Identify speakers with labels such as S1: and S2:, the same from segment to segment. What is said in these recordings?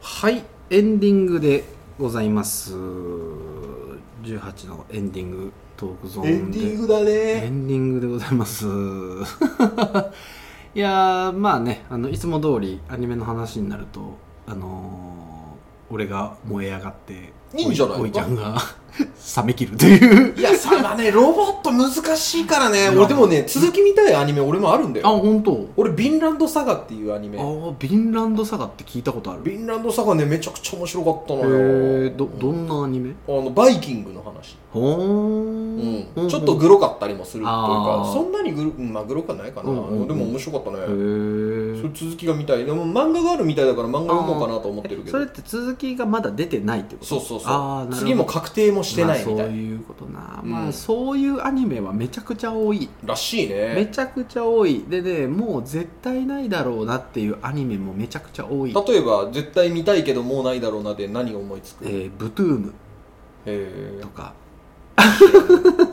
S1: はいエンディングでございます18のエンディングトークゾーンで
S2: エンディングだ
S1: エ
S2: ね
S1: ンディングでございます いやーまあねあのいつも通りアニメの話になるとあのー俺が燃え上がって
S2: いいんじゃない
S1: おおいちゃんが 冷め切るという
S2: いやさまあねロボット難しいからね
S1: まあ
S2: 俺でもね続き見たいアニメ俺も あるんだ
S1: あ
S2: よ
S1: 本当
S2: 俺「ヴィンランドサガ」っていうアニメ
S1: あ
S2: ヴ
S1: あヴィンランドサガって聞いたことある
S2: ィンランドサガねめちゃくちゃ面白かったのよ
S1: へえどどんなアニメ
S2: あのバイキングの話、
S1: ほ
S2: う
S1: ー
S2: ん
S1: うん
S2: ちょっとグロかったりもするという
S1: あ
S2: か
S1: ー
S2: そんなにグロ,、まあ、グロくはないかな、
S1: うんうんうん
S2: でも面白かったね、
S1: へえ
S2: それ続きが見たいでも漫画があるみたいだから漫画読もうかなと思ってるけ
S1: そ
S2: ど
S1: れって続きがまだ出てないってこと
S2: そうそう
S1: あーな
S2: そう
S1: るほど
S2: 次も確定もしてないみ
S1: まあそ
S2: た
S1: う
S2: い
S1: いうことな、
S2: うん
S1: まあそういうアニメはめちゃくちゃ多い
S2: らしい
S1: め
S2: ね
S1: ちゃくちゃ多いでねもう絶対ないだろうなっていうアニメもめちゃくちゃ多い
S2: 例えば絶対見たいけどもうないだろうなって何が思いつ
S1: 「え
S2: く
S1: ー、ブトゥーム
S2: え」
S1: とか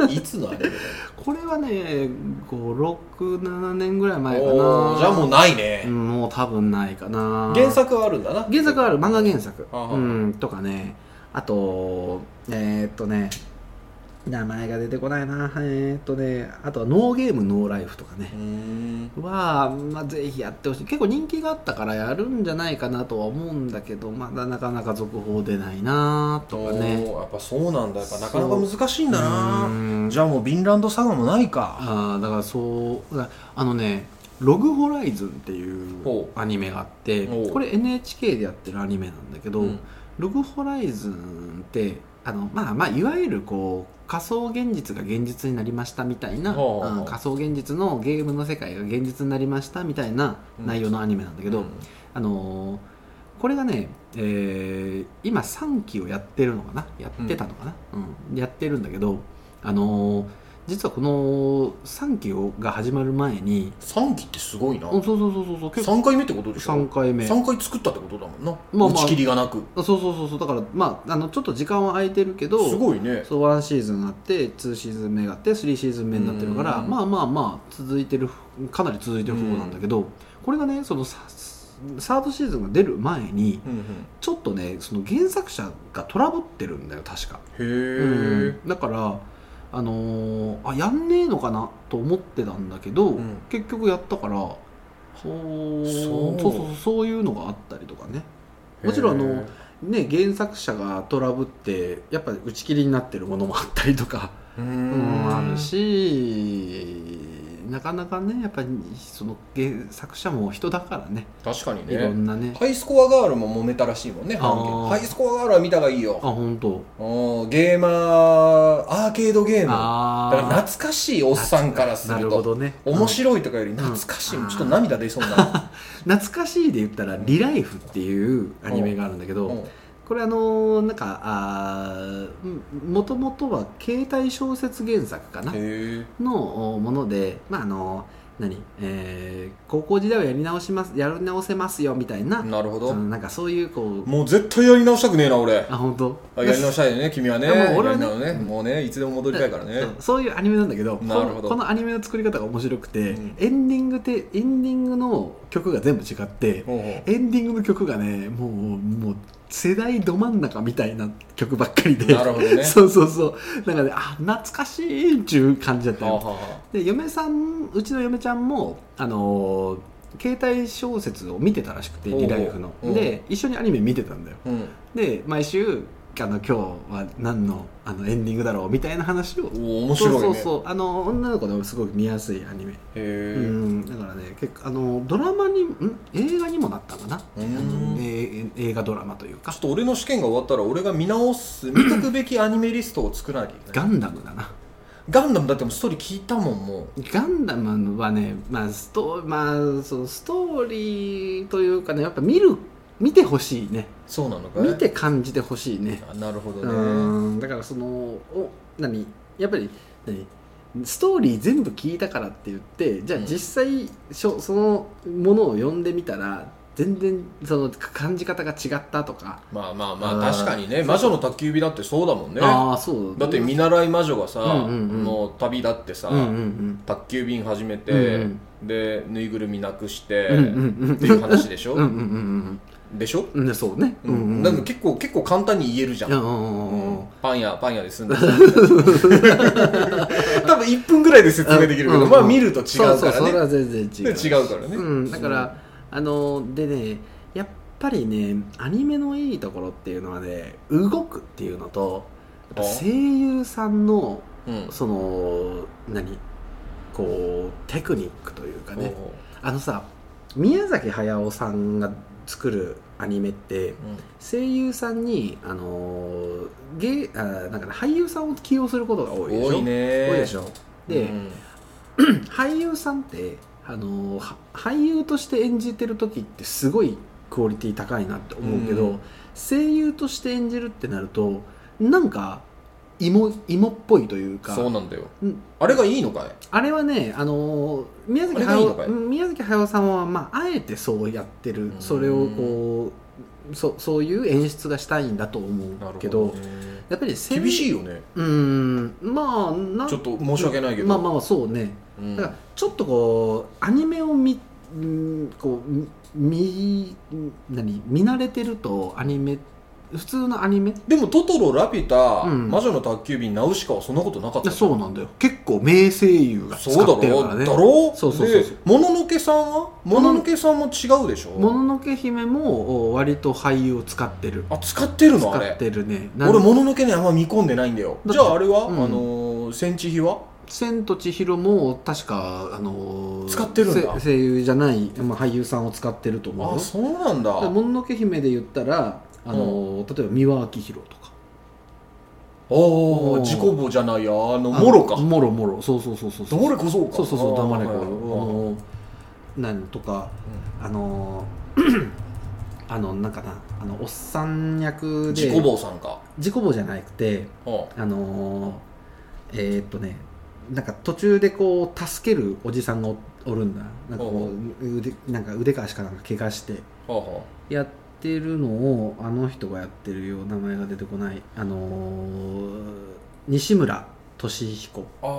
S2: いつのアニメだよ
S1: これはね567年ぐらい前かな
S2: おーじゃあもうない
S1: うん
S2: ね、
S1: もう多分ないかな
S2: 原作はあるんだな
S1: 原作ある漫画原作
S2: あはは
S1: うんとかねあとえー、っとね名前が出てこないなえー、っとねあとは「ノーゲームノーライフ」とかね
S2: うーん
S1: は、まあ、ぜひやってほしい結構人気があったからやるんじゃないかなとは思うんだけどまだなかなか続報出ないなとかね
S2: おーやっぱそうなんだやっぱなかなか難しいんだ
S1: う
S2: な
S1: ーん
S2: じゃあもうヴィンランドサガもないか
S1: あーだからそうだあのね「ログホライズン」っていう
S2: ほ
S1: アニメがあって
S2: ほう
S1: これ NHK でやってるアニメなんだけど、
S2: うん
S1: ログホライズンってあのまあまあいわゆるこう仮想現実が現実になりましたみたいな、
S2: ほうほうほう
S1: うん仮想現実のゲームの世界が現実になりましたみたいな内容のアニメなんだけど、
S2: うん
S1: あのーこれがね、えー今3期をやってるのかなやってたのかな、うんやってるんだけど、あのー実はこの3期をが始まる前に、
S2: 3期ってすごいな
S1: うんそうそうそうそうそう結構
S2: 3回目ってことでしょ
S1: 3回目
S2: 3回作ったってことだもんな、
S1: まあまあ
S2: 打ち切りがなく
S1: そうそうそうそうだからまああのちょっと時間は空いてるけど
S2: すごいね
S1: そう1シーズンあって2シーズン目があって3シーズン目になってるから
S2: うん
S1: まあまあまあ続いてるかなり続いてる方なんだけど、これがねそのさサードシーズンが出る前に
S2: うんうん
S1: ちょっとねその原作者がトラブってるんだよ確か、
S2: へえ、
S1: うんだからあのーあやんねえのかなと思ってたんだけど、
S2: ん
S1: 結局やったからそう
S2: そう
S1: そうそうそういうのがあったりとかねもちろんあのね原作者がトラブってやっぱり打ち切りになってるものもあったりとか、
S2: う
S1: うん
S2: ん
S1: あるしなかなかねやっぱりその原作者も人だからね
S2: 確かに
S1: いろ
S2: ね
S1: んなね
S2: ハイスコアガールも揉めたらしいもんね
S1: あー
S2: 半径ハイスコアガールは見た方がいいよ
S1: あ本当
S2: おーゲーマーアーケードゲームだ
S1: あー
S2: から懐かしいおっさんからす
S1: な
S2: る
S1: るほ
S2: と
S1: どね
S2: 面白いとかより懐かしい、
S1: うん
S2: ちょっと涙出そう にな
S1: 懐かしいで言ったら「リライフ」っていうアニメがあるんだけ
S2: る、
S1: ど、
S2: うん
S1: これあのーなんかあーもともとは携帯小説原作かな
S2: へ
S1: のおものでまああの何、えー高校時代をやり直しますやり直せますよみたいな、
S2: えなるほど
S1: そのなんかそういうこう
S2: もう絶対やり直したくねえな俺
S1: あ本当
S2: あやり直したいよね君はね
S1: いやもう俺は
S2: やり
S1: ね
S2: 直ねもうねいつでも戻りたいからね
S1: そうそういうアニメなんだけど
S2: なるほど
S1: このこのアニメの作り方が面白くて、
S2: うん
S1: エンディングってエンディングの曲が全部違って、
S2: ほうほう
S1: エンディングの曲がねもうもう世代ど真ん中みたいな曲ばっかりで
S2: なるほど ね
S1: そうそうそうなんかねあ懐かしいっていう感じだった
S2: はあは
S1: よ
S2: あは
S1: で嫁さんうちの嫁ちゃんもあのー携帯小説を見てたらしくて
S2: ほう
S1: リライフの
S2: うん
S1: で一緒にアニメ見てたんだよ
S2: あうん
S1: で毎週あの今日は何のあのエンディングだろうみたいな話を
S2: おお面白いね
S1: そうそうそうあの女の子でもすごく見やすいアニメ
S2: へえ、
S1: うん、だからね結構あのドラマにん映画にもなったかなあ
S2: うん
S1: のええ映画ドラマというか
S2: ちょっと俺の試験が終わったら俺が見直す見とくべきアニメリストを作らなきゃいけない
S1: ガンダムだな
S2: ガンダムだってもうストーリー聞いたもんも
S1: ガンダムはね、まあストまあ、そのストーリーというかねやっぱ見る見てほしいね
S2: うそうなのかい
S1: 見て感じてほしいね
S2: あなるほど
S1: う
S2: ね
S1: んだからそのお何やっぱり何ストーリー全部聞いたからって言ってじゃあ
S2: うん
S1: 実際、しょそのものを読んでみたら全然そのか感じ方が違ったとか、
S2: まあまあ
S1: あ
S2: ま
S1: ー
S2: あ確かにね魔女の宅急便だってそうだもんねだ
S1: ああそう
S2: って見習い魔女がさ、
S1: うんうんうん
S2: の旅だってさ、
S1: うんうんうん
S2: 宅急便始めて、
S1: うん
S2: でぬいぐるみなくして、
S1: うんうんうん
S2: っていう話でしょ、
S1: うんうんうん
S2: でしょ、
S1: うんねそうね
S2: うんなんか結構結構簡単に言えるじゃん、
S1: うんうんうんうん
S2: パン屋パン屋で住んで る多分1分ぐらいで説明できるけど、
S1: うんうん
S2: まあ見ると違う
S1: そ
S2: か
S1: うそうそれ
S2: らね
S1: は全然違う
S2: 違うからね、
S1: うん、だから、あのでねやっぱりねアニメのいいところっていうのはね動くっていうのとやっぱ声優さんの
S2: うん、うん
S1: その何こうテクニックというかね
S2: おう
S1: あのさ宮崎駿さんが作るアニメって声優さんにあのゲあなんかね俳優さんを起用することが多いでしょ
S2: 多いね
S1: 多いでしょで、
S2: うん
S1: 俳優さんってあのは俳優として演じてる時ってすごいクオリティ高いなって思うけど、
S2: うん
S1: 声優として演じるってなるとなんか芋芋っぽいというか
S2: そうなんだよ、
S1: うん
S2: あれがいいのかい
S1: あれはねあの宮崎
S2: あれがいいの
S1: 駿
S2: かい
S1: うん宮崎駿さんは、まあ、あえてそうやってる
S2: うん
S1: それをこうそそういう演出がしたいんだと思うけど
S2: ね
S1: やっぱり声優
S2: 厳しいよね
S1: うんまあなん
S2: ちょっと申し訳ないけど、
S1: まあまあそうね
S2: うん
S1: だからちょっとこうアニメを見んこうみ見何見慣れてるとアニメ普通のアニメ
S2: でも「トトロ」「ラピュタ」
S1: うん
S2: 魔女の宅急便」「ナウシカ」はそんなことなかったじゃん
S1: そうなんだよ結構名声優が使
S2: そうだ
S1: ってる
S2: ろ
S1: からね
S2: だろ
S1: そうそうそうそう
S2: でもののけさんはもののけさんも違うでしょ
S1: もののけ姫もお割と俳優を使ってる
S2: あ使ってるの
S1: 使
S2: あ
S1: っ
S2: れ
S1: てるねなん
S2: 俺もののけねあんま見込んでないんだよ
S1: だって
S2: じゃああれは、
S1: うん
S2: あのー戦地日は
S1: 千と千尋も確か、あのー
S2: 使ってるんだ
S1: せ声優じゃない、まあ、俳優さんを使ってると思う
S2: あ
S1: よ
S2: そうなんだ
S1: でもののけ姫で言ったら、あのー例えば三輪明宏とか
S2: お
S1: う
S2: お
S1: ん
S2: 自己母じゃないやあのもろか
S1: あのもろもろそうそうそうそうそう
S2: 黙れこそうか
S1: そうそうそう
S2: あー
S1: 黙れこ
S2: はいはい
S1: の何とかあの あのなんかなあのおっさん
S2: うん
S1: 役で
S2: 自己坊さんか
S1: 自己棒じゃなくて
S2: うん
S1: あのえーっとねなんか途中でこう助けるおじさんがおおるんだなんかこう腕なんか腕か足かなんか怪我して
S2: はあは
S1: やってるのをあの人がやってるよ名前が出てこないあのー西村俊彦
S2: ああ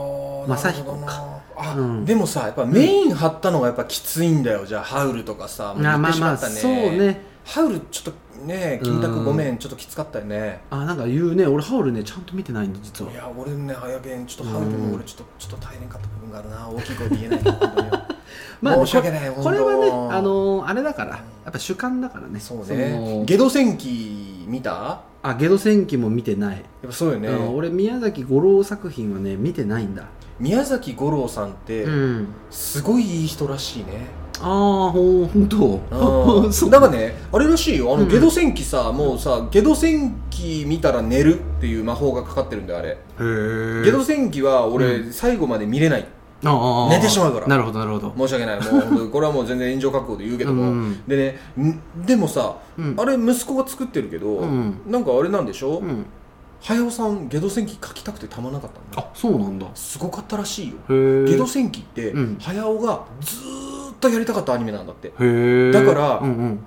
S2: ー
S1: 正彦
S2: なるほどなあ、
S1: うん
S2: でもさやっぱメイン張ったのがやっぱきついんだよじゃあハウルとかさもう
S1: あ
S2: 言っ
S1: ま
S2: て
S1: あ
S2: し
S1: ま
S2: ま
S1: あ
S2: ったね
S1: そうね
S2: ハウルちょっとね金
S1: う
S2: 卓
S1: ん
S2: ごめんちょっときつかったよね
S1: あなんか言うね俺ハウルねちゃんと見てないんだ実はい
S2: や俺ね早弁ちょっとハウル
S1: うん
S2: も俺ちょっとちょっと大変かった部分があるな大きい声で言えないけど本当に
S1: まあ
S2: 申し訳ない
S1: これはねあ
S2: の
S1: のーあれだからやっぱ主観だからね
S2: そう
S1: の
S2: ねゲド戦記見たや
S1: あゲド戦記も見てない、
S2: っぱそうよね
S1: うん俺宮崎五郎作品はね見てないんだ
S2: 宮崎吾郎さんって
S1: うん
S2: すごいいい人らしいね
S1: ああほんと
S2: う ん
S1: そう
S2: だからねあれらしいよあ
S1: う
S2: の
S1: ん
S2: ゲド戦記さもうさゲド戦記見たら寝るっていう魔法がかかってるんだよあれ
S1: へ
S2: ゲド戦記は
S1: う
S2: 俺最後まで見れない寝てしまうから
S1: なるほどなるほど
S2: 申し訳ないもう本当にこれはもう全然炎上覚悟で言うけども、
S1: うん
S2: でねんでもさ
S1: うん
S2: あれ息子が作ってるけど、
S1: うん
S2: なんかあれなんでしょ、
S1: うん
S2: 早尾さんゲド戦記書きたくてたまらなかったんだ
S1: あそうなんだへ
S2: すごかったらしいよ
S1: え
S2: ゲド戦記って、
S1: うん
S2: 早尾がずーっとやりたかったアニメなんだって
S1: へえ
S2: だから
S1: うんうん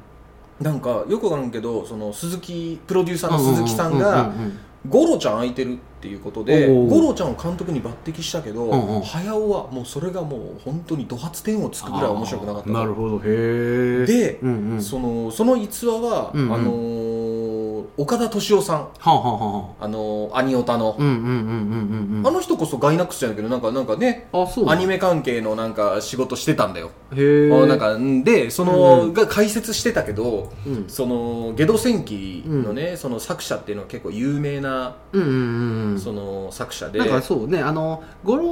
S2: なんかよくわからんけどその鈴木プロデューサーの鈴木さん
S1: う
S2: が
S1: ううんうん
S2: ゴロちゃん空いてるっていうことで
S1: おうおう
S2: ゴロちゃんを監督に抜擢したけど、
S1: うんうん
S2: 早尾はもうそれがもう本当にド発点をつくぐらい面白くなかった
S1: あーなるほどへえ
S2: で
S1: うんうん
S2: そのその逸話は、
S1: うんうん
S2: あのー岡田敏夫さん
S1: はあはあは
S2: あのー、アニオタの
S1: あ、うんうんうんうんうんうん
S2: あの人こそガイナックスじゃないけどなんかなんかね
S1: あそう
S2: アニメ関係のなんか仕事してたんだよ、
S1: へえ
S2: あなんかんでその、が解説してたけど
S1: うん
S2: その「ゲド戦記」のね、その作者っていうのは結構有名な、
S1: うんうんうん
S2: その作者で
S1: なんかそうねあの五郎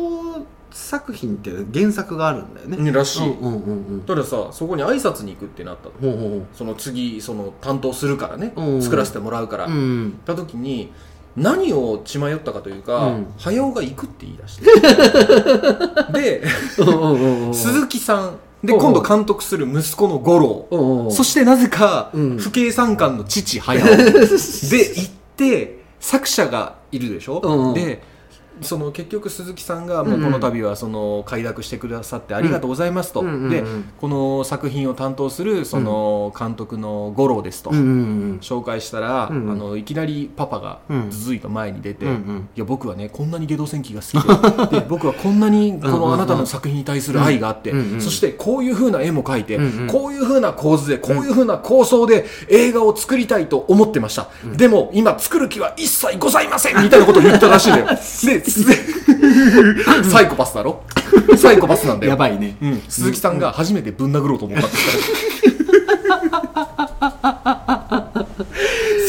S1: 作品って原作があるんだよね
S2: ねらしい、
S1: うんうんうんうん
S2: たださそこに挨拶に行くってなったの
S1: ほうほうほう
S2: その次その担当するからね、
S1: うん
S2: 作らせてもらうから、
S1: うんうん
S2: った時に何を血迷ったかというか、
S1: うん
S2: 早尾が行くって言い出してで
S1: うん
S2: 鈴木さんで
S1: おうおう
S2: 今度監督する息子の五郎
S1: うん
S2: そしてなぜか
S1: うん
S2: 不敬参観の父早尾で行って作者がいるでしょ、
S1: うんうん
S2: でその結局鈴木さんが
S1: うんう
S2: も
S1: ん
S2: うこの度はその快諾してくださってありがとうございますと、
S1: うんうんうん
S2: でこの作品を担当するその監督の五郎ですと、
S1: うんうん
S2: 紹介したら、
S1: うんうん
S2: あのいきなりパパが
S1: うん
S2: ずずいと前に出て、
S1: うんうん
S2: いや僕はねこんなにゲド戦記が好 きでで僕はこんなにこ
S1: うんうんうん
S2: のあなたの作品に対する愛があって、
S1: うんうん
S2: そしてこういうふうな絵も描いて、
S1: うんうん
S2: こういうふうな構図でこういうふうな構想で映画を作りたいと思ってました、でも今作る気は一切ございませんみたいなことを言ったらしいんだ よです でサイコパスだろサイコパスなんだよ
S1: やばいね
S2: うん、鈴木さんが初めてぶん殴ろうと 思ったって言った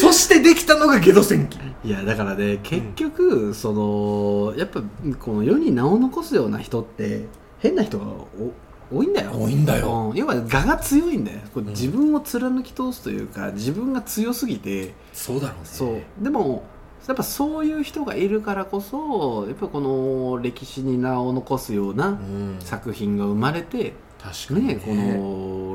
S2: そしてできたのがゲド戦記
S1: いやだからね結局、そのやっぱこの世に名を残すような人って変な人がお多いんだよ
S2: 多いんだよ
S1: うん要は我が強いんだよこう自分を貫き通すというか自分が強すぎて
S2: そうだろうね
S1: そうでもやっぱそういう人がいるからこそやっぱこの歴史に名を残すような
S2: うん、
S1: 作品が生まれて、
S2: 確かにね
S1: ね、こ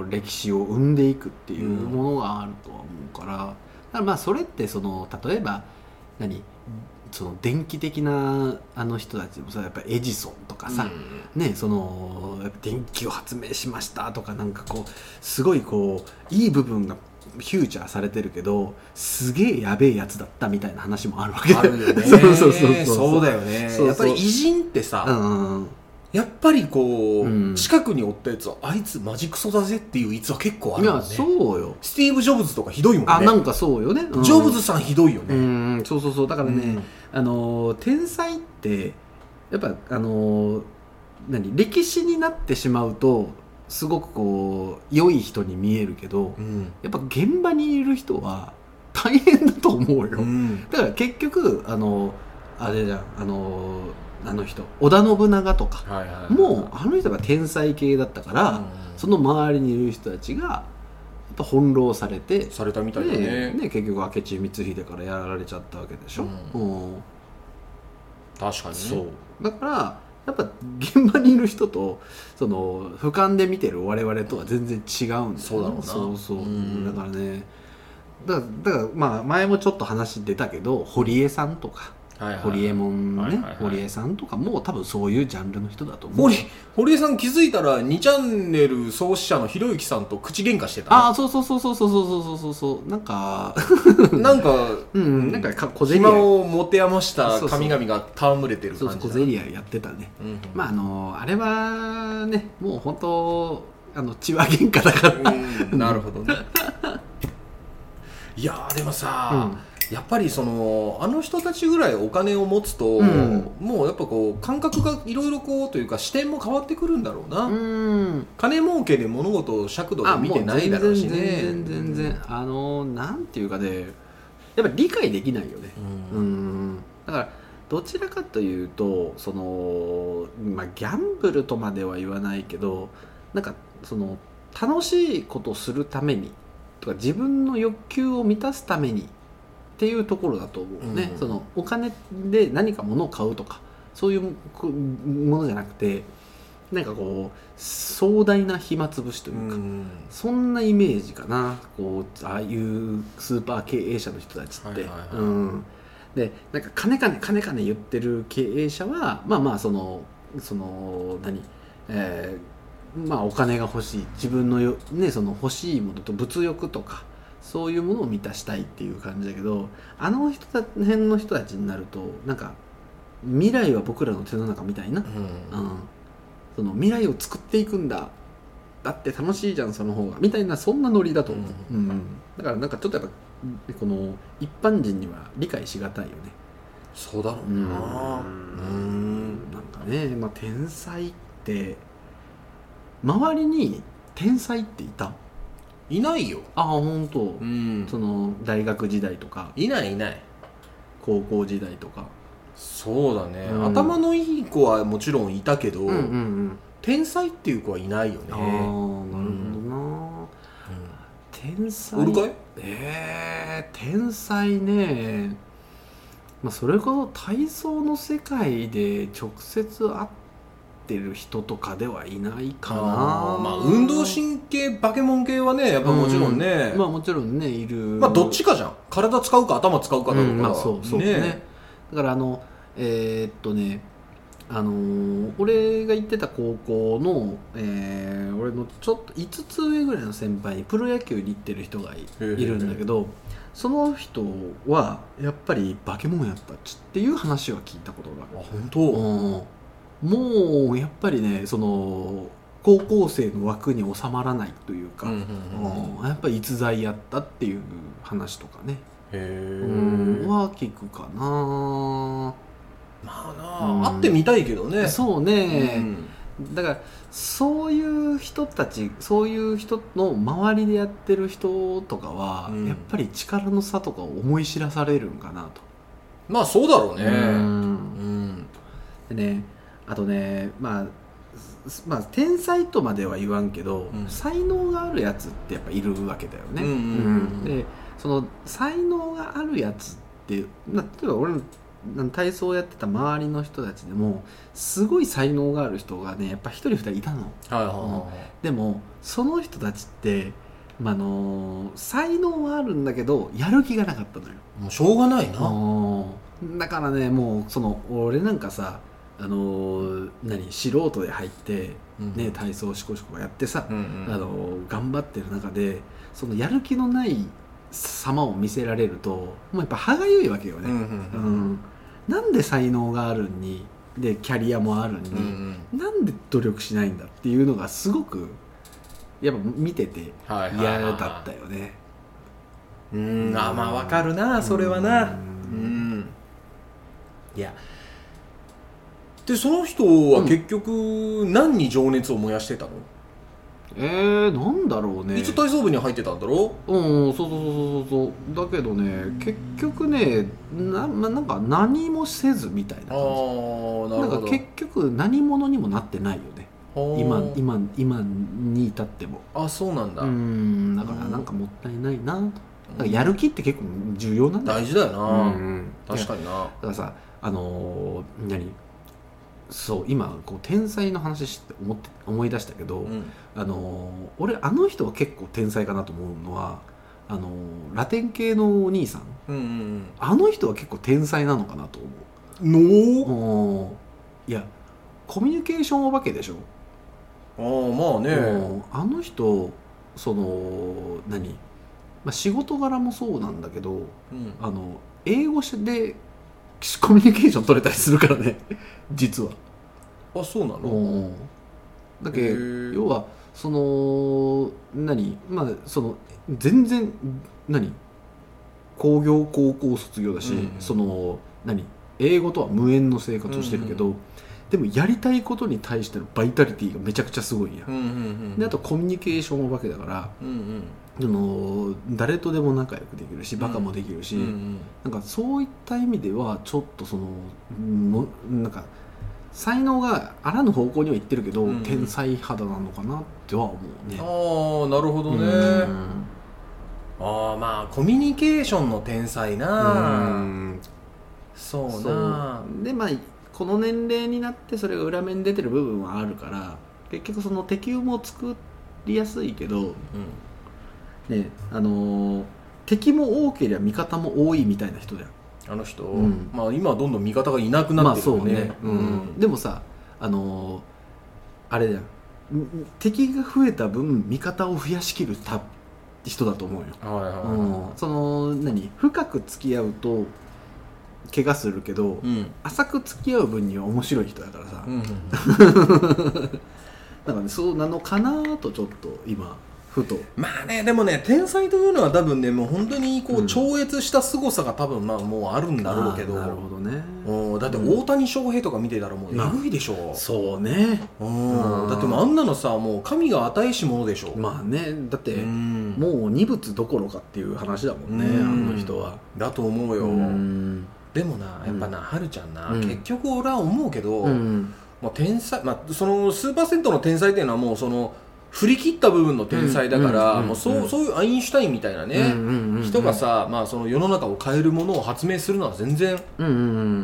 S1: の歴史を生んでいくっていうものがあるとは思うから,、だからまあそれってその例えば何その電気的なあの人たちもさやっぱエジソンとかさ、ね、そのやっぱ電気を発明しましたとかなんかこうすごいこういい部分がフューチャーされてるけどすげえやべえやつだったみたいな話もあるわけ
S2: ある よね
S1: そうそうそうそう
S2: そうだよね
S1: そうそう
S2: やっぱり偉人って さ、
S1: うん
S2: やっぱりこう、
S1: うん
S2: 近くにおったやつはあいつマジクソだぜっていう逸話結構あ
S1: い
S2: るもん
S1: や
S2: ね
S1: そうよ
S2: スティーブ・ジョブズとかひどいもんね
S1: あなんかそうよね、うん
S2: ジョブズさんひどいよ
S1: う
S2: ね、
S1: んそうそうそうだからね、
S2: うん
S1: あのー天才ってやっぱあのー何歴史になってしまうとすごくこう良い人に見えるけど
S2: うん
S1: やっぱ現場にいる人は大変だと思うよ、
S2: うん
S1: だから結局あのあれじゃんあのあの人織田信長とか
S2: はいはいはい
S1: もうあの人が天才系だったから、
S2: うん
S1: その周りにいる人たちがやっぱ翻弄されて
S2: されたみたいだ
S1: ね
S2: ね
S1: ね結局明智光秀からやられちゃったわけでしょ、
S2: う
S1: うん
S2: 確かにね
S1: そうだからやっぱ現場にいる人とその俯瞰で見てる我々とは全然違うん
S2: そうだろうな
S1: そうそう、
S2: うん
S1: だからねだだからまあ前もちょっと話出たけど堀江さんとか
S2: はいはい
S1: 堀江門ね、
S2: はいはいはい
S1: 堀江さんとかも多分そういうジャンルの人だと思う
S2: 堀堀江さん気づいたら2チャンネル創始者のひろゆきさんと口喧嘩して
S1: あ
S2: た
S1: あそうそうそうそうそうそうそうそうそうなんか
S2: なんか
S1: うんなんかか小競り
S2: 暇
S1: 合い
S2: を持て余した
S1: そうそう
S2: 神々が戯れてる
S1: そうそ
S2: 感
S1: う小
S2: じだ
S1: 競り合いやってたね
S2: うん
S1: まああのあれはねもう本当あの血は喧嘩だから
S2: うんなるほどねいやーでもさ、やっぱりそのあの人たちぐらいお金を持つと、
S1: うん
S2: もうやっぱこう感覚がいろいろこうというか視点も変わってくるんだろうな、
S1: うん
S2: 金儲けで物事を尺度で
S1: あ
S2: 見
S1: も
S2: て
S1: う
S2: ない
S1: 全
S2: だろ
S1: 然
S2: うし
S1: 全
S2: ね
S1: 然全然あのなんていうかねやっぱ理解できないよね
S2: うん
S1: うんだからどちらかというとその、まあ、ギャンブルとまでは言わないけどなんかその楽しいことをするためにとか自分の欲求を満たすためにっていうところだと思うね、
S2: うん
S1: そのお金で何か物を買うとかそういうこものじゃなくてなんかこう壮大な暇つぶしといううか、
S2: ん
S1: そんなイメージかなこうああいうスーパー経営者の人たちって、
S2: はいはいはい
S1: うん、でなんか金金金金言ってる経営者はまあまあそのその何えーまあお金が欲しい自分のよ、ね、その欲しいものと物欲とかそういうものを満たしたいっていう感じだけどあの人た辺の人たちになるとなんか未来は僕らの手の中みたいな
S2: うん
S1: うん、その未来を作っていくんだだって楽しいじゃんその方がみたいなそんなノリだと思う、
S2: う
S1: うんだからなんかちょっとやっぱこの一般人には理解しがたいよね
S2: そうだろ
S1: う
S2: うなうん
S1: なんかね、まあ、天才って周りに天才っていたあ
S2: いないよ
S1: あ本当、
S2: ん
S1: その大学時代とか
S2: いないいない
S1: 高校時代とか
S2: そうだね、
S1: うん
S2: 頭のいい子はもちろんいたけど、
S1: ん
S2: 天才っていう子はいないよね
S1: ああなるほどな、天才
S2: おるかい
S1: えー、天才ね、まあ、それこそ体操の世界で直接会ってる人とかではいないかな
S2: あーまあ運動神経バケモン系はねやっぱもちろんね、
S1: まあ
S2: ま
S1: もちろんねいる
S2: あ、どっちかじゃん体使うか頭使うかだろうから、
S1: うんまあ、そうそうねだからあのえーっとねあのー俺が行ってた高校の、えー俺のちょっと5つ上ぐらいの先輩にプロ野球に行ってる人がい
S2: へー
S1: いるんだけどその人はやっぱり化け物やったっちっていう話は聞いたことがある
S2: あ本当、うん
S1: うんもうやっぱりねその高校生の枠に収まらないというか、
S2: うん
S1: うんやっぱり逸材やったっていう話とかね、
S2: へ
S1: うん、
S2: え
S1: は聞くかな
S2: まあな
S1: うん
S2: あ会ってみたいけどね
S1: そう
S2: う
S1: ね、
S2: ん
S1: だからそういう人たちそういう人の周りでやってる人とかは、
S2: うん
S1: やっぱり力の差とかを思い知らされるんかな
S2: まあそうだろう
S1: と、
S2: ね
S1: うんで
S2: うん
S1: ねあとねまあすまあ、天才とまでは言わんけど、
S2: うん
S1: 才能があるやつってやっぱいるわけだよね、
S2: うんうんうんうん
S1: でその才能があるやつってな例えば俺のな体操をやってた周りの人たちでもすごい才能がある人がねやっぱ一人二人いたの
S2: はいはい
S1: でもその人たちって、まああの才能はあるんだけどやる気がなかったのよ
S2: もうしょうがないな
S1: うんだからねもうその俺なんかさあのー何素人で入って、ね、体操しこしこやってさ、
S2: うん
S1: あのー頑張ってる中でそのやる気のない様を見せられるともうやっぱ歯がゆいわけよ
S2: うんう
S1: ね、うん
S2: ん
S1: なんで才能があるんにでキャリアもあるんに、
S2: うんうん
S1: なんで努力しないんだっていうのがすごくやっぱ見てて
S2: はいはいはい
S1: 嫌だったよね
S2: うんあまあわかるなそれは
S1: う
S2: なんいやでその人は結局何に情熱を燃やしてたの、
S1: えー、なんだろうね
S2: 一応体操部には入ってたんだろ
S1: うんうんそうそうそうそうそうだけどね結局ねな,、ま、なんか何もせずみたいな
S2: ああ
S1: 感じ
S2: な
S1: な
S2: る
S1: ん
S2: ほ
S1: か
S2: ど
S1: 結局何者にもなってないよね
S2: あー
S1: 今今今に至っても
S2: あそうなんだ、
S1: うんだから
S2: うん
S1: なんかもったいないなとだからやる気って結構重要なんだよ
S2: 大事だよ
S1: う
S2: な、
S1: ん
S2: 確かにな
S1: だからさあのー何そう今こう天才の話して思って思い出したけど、
S2: うん
S1: あのー俺あの人は結構天才かなと思うのはあのーラテン系のお兄さん
S2: うんうん
S1: あの人は結構天才なのかなと
S2: うんの
S1: 思う、うんいやコミュニケーションお化けでしょ、
S2: ああまあね
S1: うんあの人その何、まあ、仕事柄もそうなんだけど
S2: うん
S1: あの英語でコミュニケーション取れたりするからね実は。
S2: あそうなの
S1: うんだ
S2: へ
S1: け
S2: ー
S1: 要はその何まあその全然何工業高校卒業だし、
S2: うん
S1: その何英語とは無縁の生活をしてるけど、
S2: うん
S1: でもやりたいことに対してのバイタリティがめちゃくちゃすごいんや、
S2: うんうんうん
S1: であとコミュニケーションお化けだから
S2: うんうん
S1: あの誰とでも仲良くできるしバカもできるし、
S2: うんうん
S1: なんかそういった意味ではちょっとそのもなんか才能があらぬ方向にはいってるけど、
S2: うん
S1: 天才肌なのかなっては思うね
S2: あ。あなるほどね
S1: うん
S2: ああまあコミュニケーションの天才
S1: う
S2: なんそうな
S1: そうでまあこの年齢になってそれが裏面に出てる部分はあるから結局その適応も作りやすいけど、
S2: うん
S1: ねあのー敵も多ければ味方も多いみたいな人じゃん。
S2: あの人、
S1: うん
S2: まあ今はどんどん味方がいなくなってるよね,、
S1: まあそうね、うんでもさあのーあれだよんん敵が増えた分味方を増やしきるた人だと思うよ、
S2: はいはい
S1: うん
S2: は
S1: その何深く付き合うと怪我するけど、
S2: いうん
S1: 浅く付き合う分には面白い人だからさ、
S2: うん
S1: だからねそうなのかなとちょっと今ふと
S2: まあねでもね天才というのは多分ねもう本当にこ
S1: う
S2: うん超越した凄さが多分まあもうあるんだろうけど
S1: あーなるほどね
S2: うんだって大谷翔平とか見てたらもう
S1: まあ
S2: えぐいでしょ、
S1: そうね
S2: うん
S1: うん
S2: だってもうあんなのさもう神が与えしものでしょ、
S1: まあねだって、
S2: うん
S1: もう二物どころかっていう話だもんね、
S2: うん
S1: あの人は。
S2: だと思うよ、
S1: うん
S2: でもなやっぱな、はるちゃんな、
S1: うん
S2: 結局俺は思うけど、
S1: うん
S2: まあ、天才、まあ、そのスーパーセントの天才っていうのはもうその振り切った部分の天才だから、
S1: うんうん
S2: もうそううんそういうアインシュタインみたいなね、
S1: うんうんうん
S2: 人がさ、まあ、その世の中を変えるものを発明するのは全然
S1: うんうんう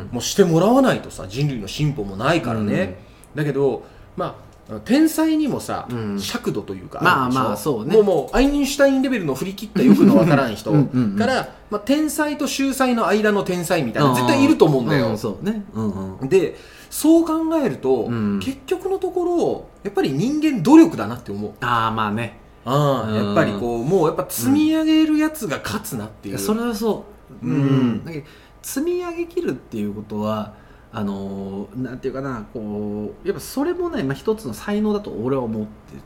S1: ん
S2: もうしてもらわないとさ人類の進歩もないからね、だけど、まあ、天才にもさ、
S1: うん
S2: 尺度というか
S1: まあ
S2: るでしょ
S1: まあそうね
S2: もうもうアインシュタインレベルの振り切ったよくのわからん人
S1: うんうんうん
S2: から、まあ、天才と秀才の間の天才みたいな
S1: うん
S2: 絶対いると思うんだよ、
S1: うそうねうんうん
S2: でそう考えると、
S1: うん
S2: 結局のところやっぱり人間努力だなって思う
S1: ああまあね
S2: あ
S1: うん
S2: やっぱりこうもうやっぱ積み上げるやつが勝つなって
S1: い
S2: いう、
S1: やそれはそう
S2: うん
S1: だけど積み上げきるっていうことはあのーなんていうかなこうやっぱそれもね、まあ、一つの才能だと俺は思っ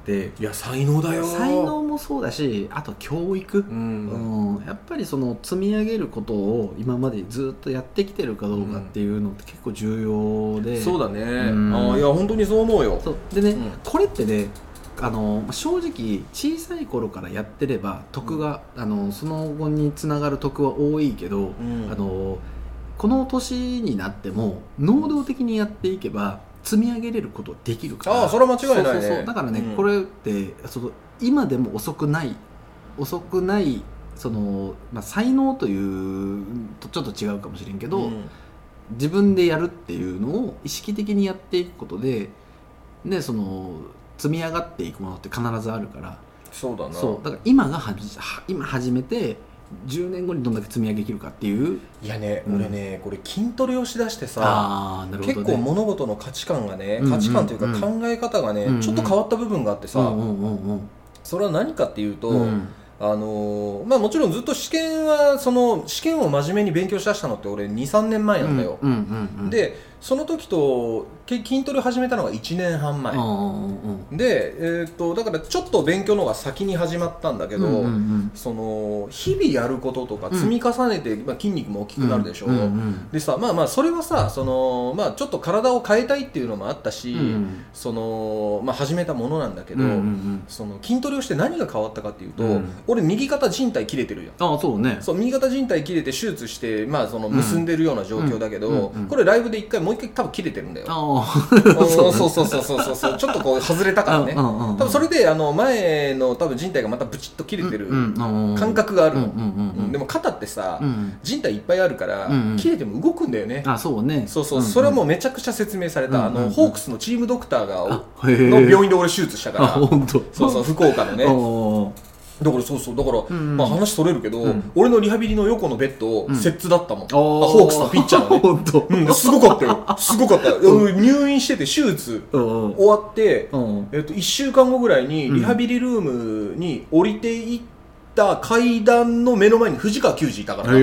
S1: てて
S2: いや才能だよ
S1: 才能もそうだしあと教育
S2: う、、
S1: うんんやっぱりその積み上げることを今までずっとやってきてるかどうかっていうのって結構重要で、
S2: そうだね、
S1: うん
S2: あーいや本当にそう思うよ
S1: そうでね、
S2: うん
S1: これってねあのまあ正直小さい頃からやってれば得が、あのその後につながる得は多いけど、
S2: うん
S1: あのこの年になっても能動的にやっていけば積み上げれることできるから
S2: ああそれは間違いないね
S1: そうそうそうだからね、
S2: うん
S1: これってその今でも遅くない遅くないその、まあ、才能というとちょっと違うかもしれんけど、
S2: ん
S1: 自分でやるっていうのを意識的にやっていくことででその積み上がっていくものって必ずあるから
S2: そうだな
S1: そうだから今がはじは今始めて10年後にどんだけ積み上げできるかっていう
S2: いやね、
S1: うん
S2: 俺ねこれ筋トレをしだしてさ
S1: ああーなるほど、
S2: 結
S1: ね、
S2: 構物事の価値観がね
S1: うんうん
S2: 価値観というか考え方がね、
S1: うんうん
S2: ちょっと変わった部分があってさ、
S1: うんうんうんうん
S2: それは何かっていうと、
S1: うん
S2: あのーまあ、もちろんずっと試験はその試験を真面目に勉強しだしたのって俺23年前なんだよ、
S1: うんうんうんうん
S2: でその時とけ筋トレ始めたのが1年半前、
S1: うんうんうん
S2: で、えーっとだからちょっと勉強の方が先に始まったんだけど、
S1: うんうんうん
S2: その日々やることとか積み重ねて、まあ、筋肉も大きくなるでしょ、
S1: うんうん
S2: でさまあまあそれはさその、まあ、ちょっと体を変えたいっていうのもあったし、
S1: うん
S2: そのまあ、始めたものなんだけど、
S1: うんうんうん
S2: その筋トレをして何が変わったかっていうと、
S1: うん
S2: 俺右肩靭帯切れてるやん
S1: ああそうね
S2: そう右肩靭帯切れて手術して、まあ、その
S1: うん
S2: 結んでるような状況だけど、
S1: うんうん
S2: これライブで一回もう一回多分切れてるんだよ
S1: あ
S2: うんそうそうそうそうそうそうちょっとこう外れたから
S1: あ、
S2: ね
S1: うんうんうんうん
S2: 多分それであの前の多分靭帯がまたブチッと切れてる感
S1: 感
S2: 覚があるの、うんで
S1: も
S2: も肩ってさ、
S1: うん
S2: 靭帯いっぱいあるから、
S1: うんうん
S2: 切れても動くんだよね、
S1: あそうね
S2: そうそう、
S1: んん
S2: それはもうめちゃくちゃ説明された、
S1: うん
S2: あ
S1: うんう
S2: の
S1: ん
S2: ホークスのチームドクターが、
S1: あへえ
S2: の病院で俺手術したか
S1: あ
S2: ら、
S1: 本当
S2: そうそう福岡のね
S1: ね
S2: だからそうそうだから、
S1: んうん
S2: まあ話それるけど、
S1: うん
S2: 俺のリハビリの横のベッド、
S1: ん
S2: セッツだったもん、
S1: あー
S2: ホークスのピッチャ ーのね
S1: 本当
S2: うんすごかったよすご かった、うん入院してて手術
S1: うんうん
S2: 終わって、
S1: うん
S2: えっと、1週間後ぐらいに
S1: うん
S2: リハビリルームに降りていった階段の目の前に藤川球児いたからな、
S1: え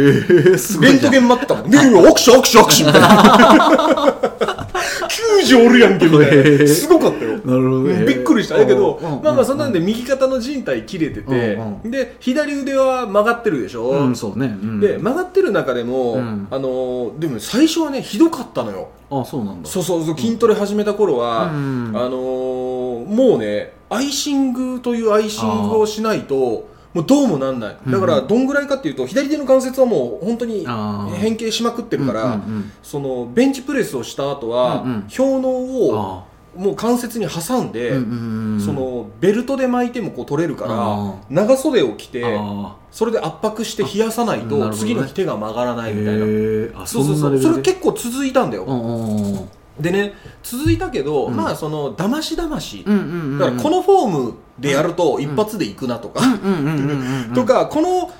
S1: えすごい
S2: レントゲン待ってたもん。で、握手握手握手みたいな。 球児おるやんけみたい
S1: へえ
S2: な。すごかったよ。
S1: なるほどね
S2: びっくりしただけど、まあまあそんなん
S1: で
S2: で右肩の靭帯切れてて、
S1: うんう
S2: で左腕は曲がってるでしょ、
S1: うんそうねうん
S2: で曲がってる中でも、
S1: うん
S2: あのーでも最初はねひどかったのよ
S1: あそうなんだ
S2: そうそうそう筋トレ始めた頃は、
S1: うん
S2: あのーもうねアイシングというアイシングをしないともうどうもなんないだから
S1: うん
S2: どんぐらいかっていうと左手の関節はもう本当に
S1: あー
S2: 変形しまくってるから、
S1: うんうんうん
S2: そのベンチプレスをした後は、
S1: うんうん
S2: 氷のを
S1: あ
S2: もう関節に挟んで、
S1: ーうんうんうん
S2: そのベルトで巻いてもこう取れるか
S1: あ
S2: ら長袖を着て
S1: あ
S2: それで圧迫して冷やさない
S1: あなるほ
S2: と
S1: どね
S2: 次の日手が曲がらないみたいな、
S1: ーへえあ
S2: そうそうそう
S1: なレベ
S2: そ
S1: ル
S2: れ
S1: で
S2: 結構続いたんだよ、
S1: うんうんうん
S2: でね続いたけど、
S1: うん
S2: まあそのだましだまし、
S1: うんうんうん
S2: だからこのフォームでやると一発でいくなとか、
S1: うんうんうんうんうん
S2: とかこの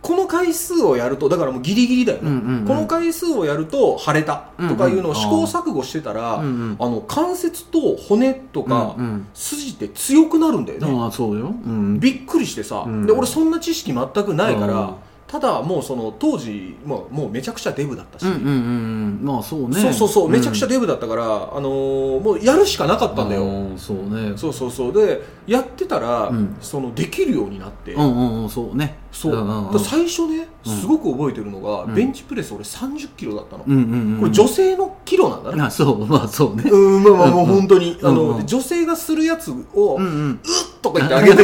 S2: この回数をやるとだからもうギリギリだよね、
S1: うんうんうん
S2: この回数をやると腫れたとかいうのを試行錯誤してたら、
S1: うんうん
S2: あの関節と骨とか
S1: うんうん
S2: 筋って強くなるんだよね、
S1: ああそうようん
S2: びっくりしてさ、
S1: うん
S2: で俺そんな知識全くないから、
S1: うん
S2: ただもうその当時、まあ、もうめちゃくちゃデブだったし、
S1: うんうんうんうんまあそうね
S2: そうそうそうめちゃくちゃ
S1: だ
S2: デブだったから、あのーもうやるしかなかったんだよ、
S1: そうね
S2: そうそうそうでやってたら、
S1: うん
S2: そのできるようになって、
S1: うんうんうんそうね
S2: そう
S1: うんうんうん
S2: だから最初ね
S1: うん
S2: すごく覚えてるのが、
S1: うん
S2: ベンチプレス俺3 0キロだったの、
S1: うんうんうん
S2: これ女性のキロなんだね、
S1: あそうまあそうね
S2: うんまあまあもう本当に、
S1: うん
S2: あ
S1: うん
S2: ので女性がするやつを、
S1: んうん
S2: とか言ってあ げて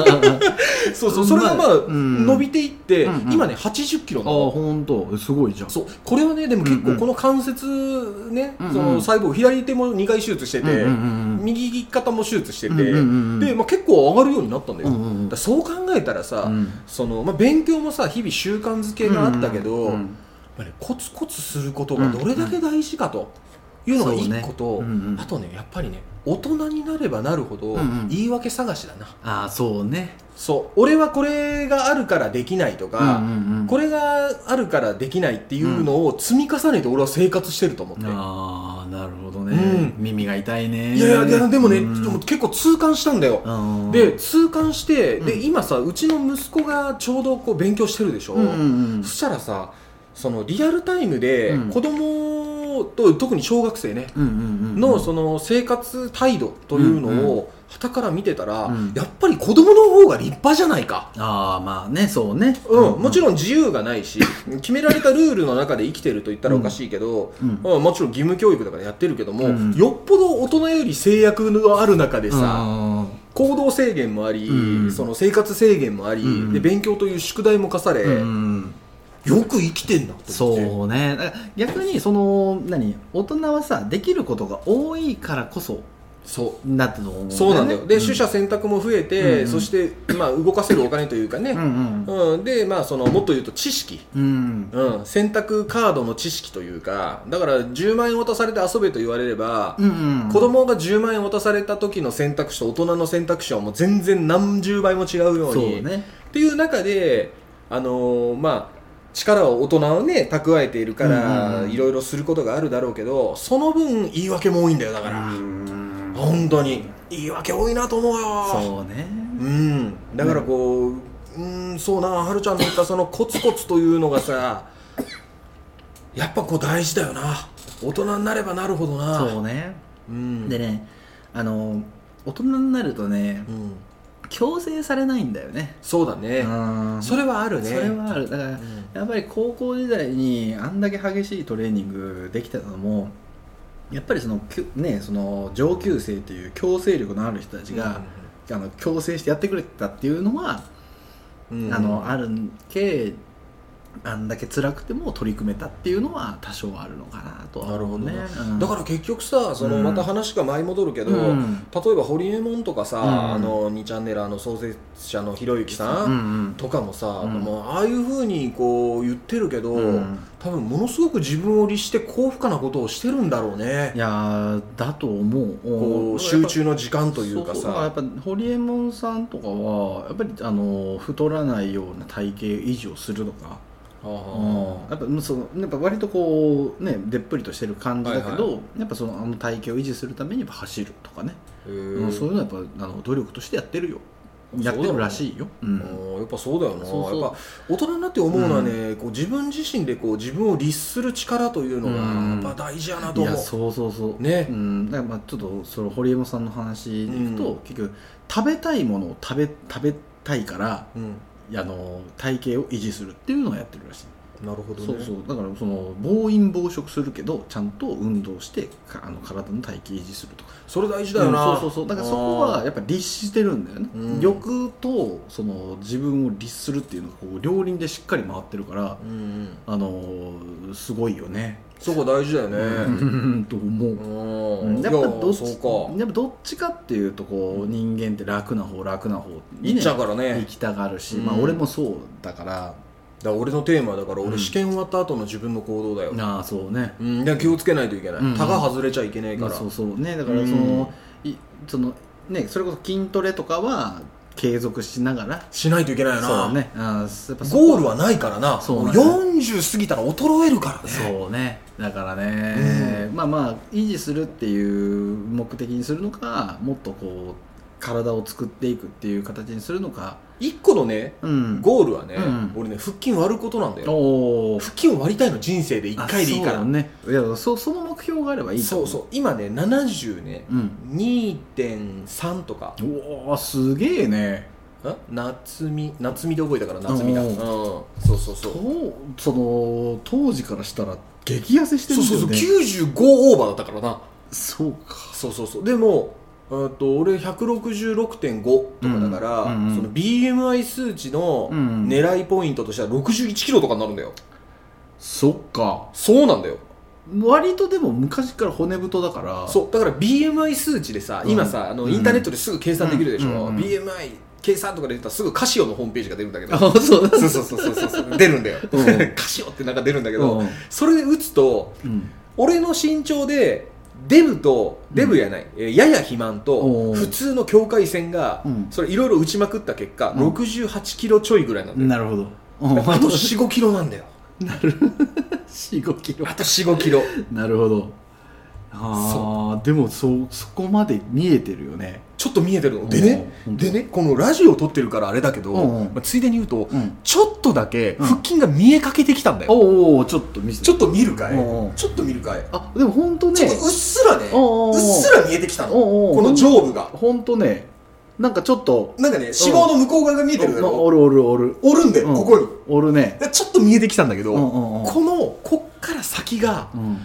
S2: てそうそうそれがまあ、
S1: うん
S2: 伸びていって、
S1: うんうん
S2: 今ね8 0キロ
S1: あ
S2: なの
S1: 本当すごいじゃん
S2: そうこれはねでも結
S1: うんう
S2: 構
S1: ん
S2: この関節ね、
S1: うんうん
S2: その細胞左手も2回手術してて、
S1: うんうん
S2: 右肩も手術してて、
S1: うんうんうん
S2: で、まあ、結構上がるようになったんだ
S1: う
S2: よ、
S1: んうんうん
S2: だからそう考えたらさ、
S1: うん
S2: そのまあ、勉強もさ日々習慣づけがあったけど、
S1: うんう
S2: や
S1: ん
S2: っぱりコツコツすることがどれだけ大事かと、いうのが
S1: そうね
S2: 一個と、
S1: うんうん
S2: あとねやっぱりね大人になればなるほど
S1: うんうん
S2: 言い訳探しだな、
S1: ああそうね
S2: そう俺はこれがあるからできないとか、
S1: うんうんうん
S2: これがあるからできないっていうのを積み重ねて俺は生活してると思って、
S1: ああなるほどね、
S2: うん
S1: 耳が痛いね
S2: いやいやでもね、
S1: うん
S2: でも結構痛感したんだよ、
S1: うん
S2: で痛感して、
S1: う
S2: で今さうちの息子がちょうどこう勉強してるでしょ、
S1: うんうんうん
S2: そしたらさそのリアルタイムで
S1: うん
S2: 子供と特に小学生ね
S1: うんうんうんうん
S2: のその生活態度というの
S1: うん
S2: を傍から見てたら、
S1: うん
S2: やっぱり子供の方が立派じゃないか、
S1: ああまあねそうね
S2: うんもち
S1: ろん
S2: ろん自由がないし決められたルールの中で生きてると言ったらおかしいけど、
S1: うん
S2: うんもちろん義務教育だからやってるけども、
S1: うん
S2: よっぽど大人より制約のある中でさ、
S1: あ
S2: 行動制限もあり、
S1: うん
S2: その生活制限もあり、
S1: うん
S2: で勉強という宿題も課され、
S1: ーうん
S2: よく生きてんなと思って
S1: そうねだから逆にその何大人はさできることが多いからこそ
S2: そう
S1: なったと思うんだよね
S2: そうなんだよで、
S1: うん
S2: 取捨選択も増えて、
S1: うん
S2: そして、まあ、動かせるお金というか
S1: う
S2: ね、
S1: んうん
S2: うんで、まあ、そのもっと言うと知識、
S1: うん
S2: うん、選択カードの知識というかだから10万円渡されて遊べと言われれば、
S1: うんうん
S2: 子供が10万円渡された時の選択肢と大人の選択肢はもう全然何十倍も違うよう
S1: そう
S2: に
S1: ね
S2: っていう中で、あのーまあ、力を大人をね蓄えているか
S1: うんうん
S2: ら
S1: うん
S2: いろいろすることがあるだろうけどその分言い訳も多いんだよだから、
S1: うん
S2: 本当に言い訳多いなと思うよ
S1: そうね
S2: うん、だからこう、うーん、そうな、はるちゃんの言ったそのコツコツというのがさ、やっぱこう大事だよな。大人になればなるほどな。
S1: そうね
S2: うん。
S1: でねあの大人になるとね
S2: うん。
S1: 強制されないんだよね
S2: そうだね。
S1: うん
S2: それはあるね。
S1: それはあるだから、
S2: ん
S1: やっぱり高校時代にあんだけ激しいトレーニングできてたのもやっぱりその,きゅ、ね、その上級生という強制力のある人たちが、あの強制してやってくれてたっていうのは、
S2: うん、
S1: あのあるんけあんだけ辛くても取り組めたっていうのは多少あるのかなとは思うね
S2: なる
S1: うん
S2: だから結局さ、その
S1: うん
S2: また話が舞い戻るけど、
S1: うん
S2: 例えばホリエモンとかさ、
S1: うん
S2: あの2チャンネルあの創設者のひろゆきさん、
S1: うんうん
S2: とかもさ、
S1: うん
S2: もうああいうふうにこう言ってるけど、
S1: うん
S2: 多分ものすごく自分を律して高負荷なことをしてるんだろうね
S1: いやーだと思う
S2: こ
S1: うん
S2: う集中の時間というか
S1: そうだらやっ
S2: さ
S1: ぱホリエモンさんとかはやっぱりあの太らないような体型維持をするとか、
S2: あ
S1: やっぱうんそのやっぱ割とこうねでっぷりとしてる感じだけど、
S2: はい
S1: やっぱそのあの体型を維持するためにやっぱ走るとかね、
S2: あへ
S1: うん
S2: ー
S1: そういうのはやっぱあの努力としてやってるよ
S2: そう
S1: や
S2: だ
S1: っ
S2: ろう
S1: てるらしいよ、うん
S2: うんやっぱそうだよな
S1: そうそう
S2: やっぱ大人になって思うのはね、こう自分自身でこう自分を律する力というの
S1: うん
S2: がやっぱ大事やないと思
S1: や
S2: う、
S1: そうそうそう
S2: ね
S1: うん、だからまあちょっとそのホリエモンさんの話でいくと、
S2: うん
S1: 結局食べたいものを食べ食べたいから
S2: うん、
S1: あの体型を維持するっていうのをやってるらしい
S2: なるほどね
S1: そうそうだからその暴飲暴食するけどちゃんと運動してかあの体の体型維持するとか
S2: それ大事だよな、
S1: うんそうそうそうだからそこはやっぱ律してるんだよね、
S2: うん
S1: 欲とその自分を律するっていうのがこう両輪でしっかり回ってるから
S2: うんうん
S1: あのーすごいよね
S2: そこ大事だよね、
S1: うんと思う、
S2: う
S1: うん
S2: い
S1: や
S2: や
S1: っぱどっち
S2: そうか
S1: やっぱどっちかっていうとこう人間って楽な方楽な方に
S2: 行
S1: ね
S2: っちゃうからね
S1: 行きたがるし、
S2: うん
S1: まあ俺もそうだから
S2: だから俺のテーマはだから
S1: う
S2: 俺
S1: ん
S2: 試験終わった後の自分の行動だよ、うん
S1: ああそうね
S2: だから気をつけないといけない、
S1: うん
S2: タガ外れちゃいけない
S1: ま
S2: か
S1: あ
S2: ら、
S1: そうそうねだからその,、いそのねそれこそ筋トレとかは継続しながら
S2: しないといけないよな
S1: そうねあーやっぱそこ
S2: ゴールはないからな
S1: そうなんだよ
S2: 40過ぎたら衰えるからね
S1: そうねだからね、まあまあ維持するっていう目的にするのかもっとこう体を作っていくっていう形にするのか
S2: 一個のね
S1: うん
S2: ゴールはね、
S1: うん
S2: 俺ね腹筋割ることなんだよ
S1: おー
S2: 腹筋を割りたいの人生で1回でいいか
S1: あ
S2: ら
S1: そうねいやそその目標があればいいと
S2: そ
S1: 思
S2: うそう今ね70ね
S1: う、うん、
S2: 2.3とか
S1: おーすげえね
S2: ん夏み夏みで覚えたから夏みだ
S1: おー
S2: うんそうそうそう
S1: とその当時からしたら激痩せしてる
S2: そうん
S1: だ
S2: そうそ
S1: よ
S2: う
S1: ね
S2: 95オーバーだったからな
S1: そうか
S2: そうそうそうでもえーっと俺166.5とかだから、
S1: うんうん
S2: その BMI 数値の
S1: うん
S2: 狙いポイントとしては61キロとかになるんだよ
S1: そっか
S2: そうなんだよ
S1: 割とでも昔から骨太だから
S2: そうだから BMI 数値でさ
S1: うん
S2: 今さ、あのインターネットですぐ計算できるでしょ、
S1: うんうんうん
S2: BMI 計算とかで言ったらすぐカシオのホームページが出るんだけど
S1: あそうだ
S2: そうそうそうそうそう出るんだよ、
S1: うん
S2: カシオってなんか出るんだけど、
S1: うん
S2: それで打つと
S1: うん
S2: 俺の身長でデブとデブやない、えーやや肥満と
S1: おー
S2: 普通の境界線が、
S1: うん
S2: それいろいろ打ちまくった結果、
S1: うん
S2: 68キロちょいぐらいなんだよ、
S1: なるほどうん
S2: あと45キロなんだよ
S1: 45キロ
S2: あと45キロ
S1: なるほどああでもそうそこまで見えてるよね
S2: ちょっと見えてるのでね
S1: うん
S2: でねこのラジオを撮ってるからあれだけど、
S1: うんうん
S2: まあついでに言うと、
S1: うん
S2: ちょっとだけ腹筋が見えかけてきたんだよ、
S1: おうおうちょっと見せて
S2: ちょっと見るかい、
S1: うんうん
S2: ちょっと見るかい
S1: あでも本当
S2: ちょ
S1: ね
S2: っとうっすらね、
S1: おうおうおう
S2: うっすら見えてきたの、
S1: おうおう
S2: この上部が
S1: 本当ねなんかちょっと
S2: なんかね脂肪の向こう側が見えてるだ
S1: まあ
S2: ろ
S1: おるおるおる
S2: おるんだよ、
S1: うん
S2: ここに
S1: おるね
S2: でちょっと見えてきたんだけど、
S1: うんうんうん
S2: このこっから先が
S1: うん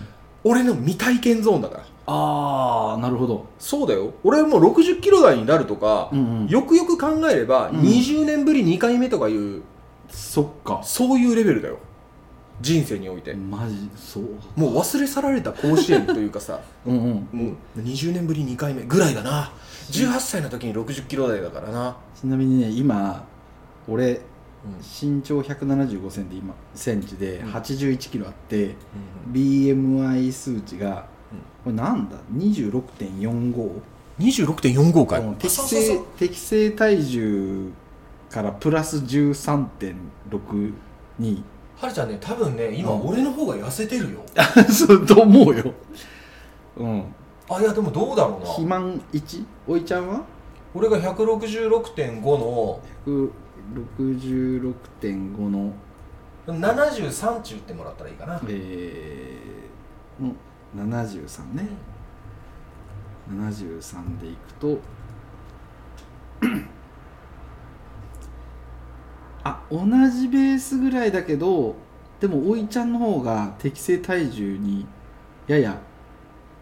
S2: 俺の未体験ゾーンだから
S1: ああなるほど
S2: そうだよ俺もう60キロ台になるとか、
S1: うんうん
S2: よくよく考えれば
S1: うん
S2: 20年ぶり2回目とかいう、
S1: そっか
S2: そういうレベルだよ人生において、
S1: マジそう
S2: もう忘れ去られた甲子園というかさ
S1: うんうん
S2: もう20年ぶり2回目ぐらいだな18歳の時に60キロ台だからな、
S1: ちなみにね今俺
S2: うんうん
S1: 身長175センチ今センチで
S2: うん
S1: 81キロあって、BMI 数値が、これなんだ26.45、
S2: 26.45回、
S1: うん適正適正体重からプラス13.6に
S2: はるちゃんね多分ね今
S1: うん
S2: 俺の方が痩せてるよ、
S1: そうと思うよ、うん、
S2: あいやでもどうだろ
S1: 肥
S2: うな
S1: 満1おいちゃんは
S2: 俺が166.5の
S1: 166.5の、
S2: 73中ってもらったらいいかな、
S1: えー、の73ね73でいくとあ同じベースぐらいだけどでもおいちゃんの方が適正体重にやや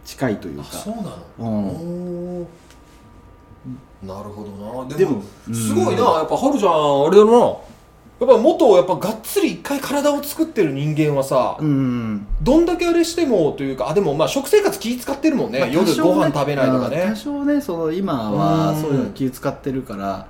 S1: 近いという
S2: あ
S1: か
S2: そうなの、
S1: うん、
S2: おーなるほどなでも
S1: うん
S2: すごいなやっぱはるちゃんあれだなやっぱ元やっぱがっつり一回体を作ってる人間はさ、
S1: うん、
S2: どんだけあれしてもというかあでもまあ食生活気使ってるもんね、
S1: まあ
S2: 夜
S1: 多少ね
S2: ご飯食べないとかね
S1: うん多少ねその今は
S2: うん
S1: そういうの気使ってるから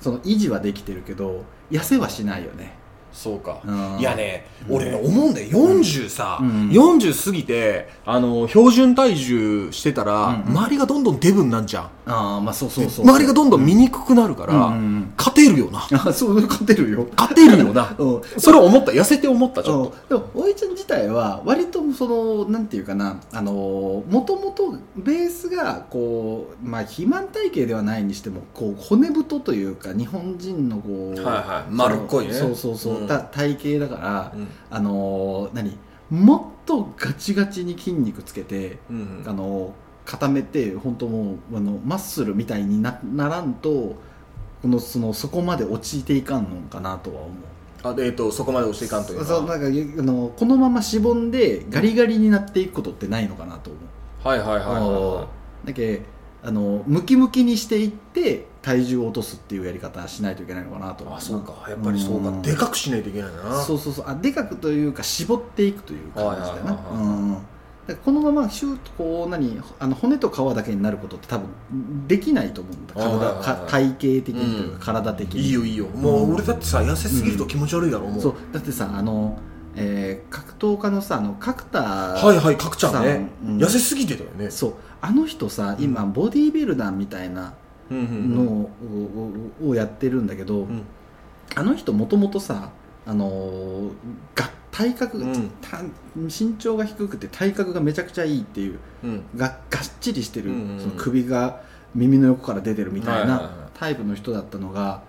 S1: その維持はできてるけど痩せはしないよね、
S2: そうか、
S1: うん、
S2: いやね、
S1: うん
S2: 俺ね思うんだよ40さ、
S1: うん
S2: 40過ぎてあの標準体重してたら、
S1: うん
S2: 周りがどんどんデブになんじゃん
S1: ああまあそうそうそう
S2: 周りがどんどん醜くなるから、
S1: うんうんうん
S2: 勝てるよな
S1: あそう勝てるよ
S2: 勝てるよ な
S1: うん
S2: それ思った痩せて思ったちょっと、
S1: うんでもおいちゃん自体は割とそのなんていうかなあのもともとベースがこうまあ肥満体型ではないにしてもこう骨太というか日本人のこう、
S2: はいはい
S1: その
S2: 丸っこいね
S1: そうそうそう、
S2: うん
S1: た体型だから、
S2: うん
S1: あの何もっとガチガチに筋肉つけて、
S2: うん
S1: あの固めて本当もうあのマッスルみたいになならんとこのそのそこまで陥っていかんのかなとは思う。
S2: あでえっとそこまで押していかんというか
S1: そうなんかゆあのこのまましぼんでガリガリになっていくことってないのかなと思う、
S2: はいはいはいはいは
S1: だけあのムキムキにしていって体重を落とすっていうやり方はしないといけないのかなと
S2: い
S1: 思
S2: あそうかやっぱりそうか、
S1: うん
S2: でかくしないといけないな
S1: そうそうそうあでかくというか絞っていくという感じだよな、
S2: はいはいはい
S1: うんだからこのままシューッとこう何あの骨と皮だけになることって多分できないと思うんだ
S2: はいはい
S1: 体
S2: はい
S1: か体型的にというか、
S2: うん
S1: 体的に
S2: いいよいいよもう俺だってさ痩せすぎると気持ち悪いだろ、もう
S1: そうだってさあの、えー格闘家のさあの角田
S2: はいはい角ちゃんね、
S1: さんうん
S2: 痩せすぎてたよね
S1: そうあの人さ今ボディービルダーみたいな
S2: うんうんうん
S1: のを,、をやってるんだけど、
S2: うん
S1: あの人もともとさあのーが体格が、
S2: うん
S1: た身長が低くて体格がめちゃくちゃいいっていう
S2: うん
S1: ががっちりしてる、
S2: うんうんうん
S1: その首が耳の横から出てるみたい
S2: はいはいは
S1: なタイプの人だったのが。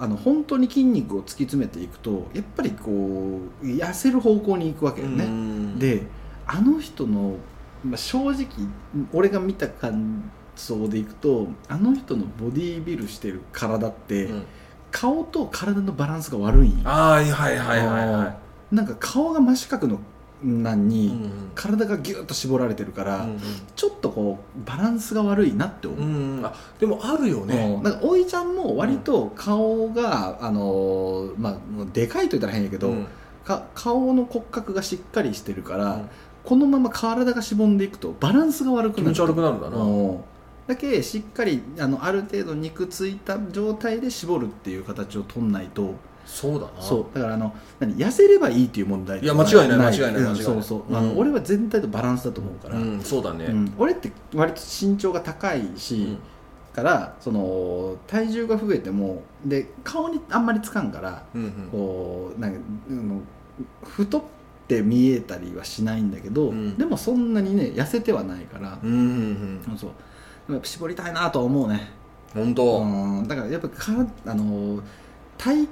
S1: あの本当に筋肉を突き詰めていくとやっぱりこう痩せる方向に行くわけよね、
S2: うん
S1: であの人の、まあ、正直俺が見た感想でいくとあの人のボディービルしてる体って、
S2: うん
S1: 顔と体のバランスが悪いんよ
S2: ああはいはいはいはいは
S1: なんか顔が真四角のなん
S2: い
S1: に、
S2: うん
S1: 体がギュッと絞られてるから、
S2: う
S1: ちょっとこうバランスが悪いなって思う、
S2: んうんあでもあるよね
S1: うんなんかおいちゃんも割と顔が、あのーまあ、でかいと言ったら変やけど、
S2: うん
S1: か顔の骨格がしっかりしてるから、
S2: うん
S1: このまま体がしぼんでいくとバランスが悪く
S2: 気
S1: な
S2: 持
S1: る
S2: ち悪くなるんだな
S1: うんだけしっかりあのある程度肉ついた状態で絞るっていう形を取んないと
S2: そうだな
S1: そうだからあの何痩せればいいっていう問題
S2: いや間違いない間違いない
S1: うん
S2: 間違いない
S1: そうそうあの
S2: うん
S1: 俺は全体とバランスだと思うから、
S2: うん、そうだね、
S1: うん俺って割と身長が高いし、
S2: うん
S1: からその体重が増えてもで顔にあんまりつかんから
S2: うんうん
S1: こうなんかあの太って見えたりはしないんだけど、
S2: うん
S1: でもそんなにね痩せてはないから
S2: う、んうんうん
S1: そうでもやっぱ絞りたいなとは思うね
S2: 本当、
S1: うんだからやっぱかあの体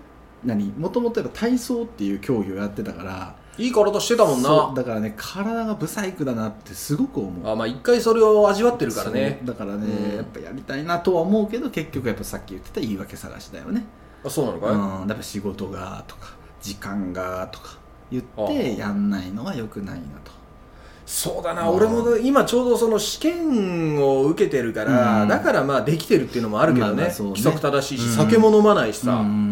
S1: 何もともとやっぱ体操っていう競技をやってたから
S2: いい体してたもん
S1: そう
S2: な
S1: だからね体がブサイクだなってすごく思う
S2: あまあ一回それを味わってるからね
S1: そうだからね、
S2: うん
S1: やっぱやりたいなとは思うけど結局やっぱさっき言ってた言い訳探しだよね、
S2: あそうなの
S1: うん、
S2: かい、
S1: やっぱ仕事がとか時間がとか言
S2: ああ
S1: ってやんないのは良くないなと
S2: そうだな、
S1: うん
S2: 俺も今ちょうどその試験を受けてるから、
S1: うん
S2: だからまあできてるっていうのもあるけどね,、
S1: まあまあそうね
S2: 規則正しいし、
S1: うん
S2: 酒も飲まないしさ、
S1: うん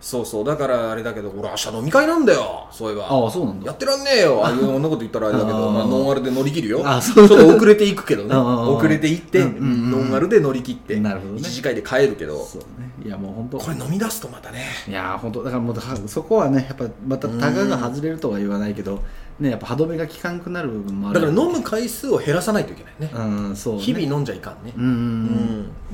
S2: そうそうだからあれだけど俺明日飲み会なんだよそういえば
S1: ああそうなん
S2: や
S1: だ
S2: ってらんねえよああいう女のこと言ったらあれだけど
S1: あー
S2: まあ、ノンアルで乗り切るよ
S1: あ
S2: ち
S1: そ
S2: ょ
S1: う
S2: っと遅れていくけどね
S1: あー
S2: 遅れていって、
S1: うんうんうん
S2: ノンアルで乗り切っ て
S1: なるほどね
S2: 一次会で帰るけど
S1: そうねいやもう本当
S2: これ飲み出すとまたね
S1: いやー本当だからもうだからそこはねやっぱまたタガが外れるとは言わないけど、ねやっぱ歯止めが効かんくなる部分もあ
S2: だ
S1: る
S2: から飲む回数を減らさないといけないね
S1: うんそう、ね、
S2: 日々飲んじゃいかんね、
S1: うん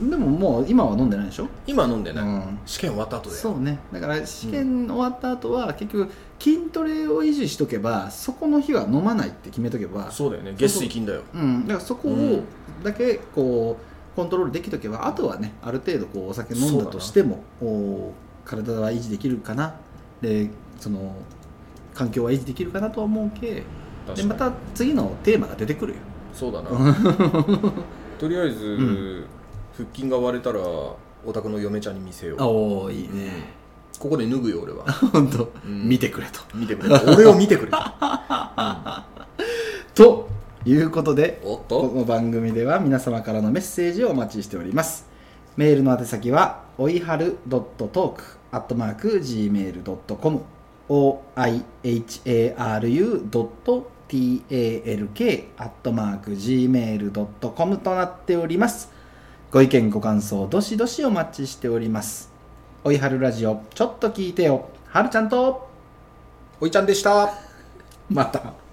S1: うん、うん、でももう今は飲んでないでしょ、
S2: 今飲んで
S1: う
S2: ない、
S1: ん、
S2: 試験終わった後で
S1: そうねだから試験終わった後は結局筋トレを維持しとけばそこの日は飲まないって決めとけば
S2: そうだよね月水金だよ
S1: うん、だからそこ
S2: う
S1: を
S2: ん
S1: だけこうコントロールできとけばあとはねある程度こうお酒飲んだとしてもこう体は維持できるかなでその環境は維持できるかなとは思うけでまた次のテーマが出てくるよ
S2: そう だなとりあえず、
S1: ん
S2: 腹筋が割れたらお宅の嫁ちゃんに見せよう
S1: おおいい
S2: ねここで脱ぐよ俺 は
S1: 本当、
S2: うん
S1: 見てくれと
S2: 見てくれ俺を見てくれ
S1: ということで
S2: おっ
S1: ことの番組では皆様からのメッセージをお待ちしておりますメールの宛先はおいはる .talk.gmail.com oiharu.talk.gmail.com となっておりますご意見ご感想どしどしお待ちしておりますおいはるラジオちょっと聞いてよはるちゃんと
S2: おいちゃんでした
S1: また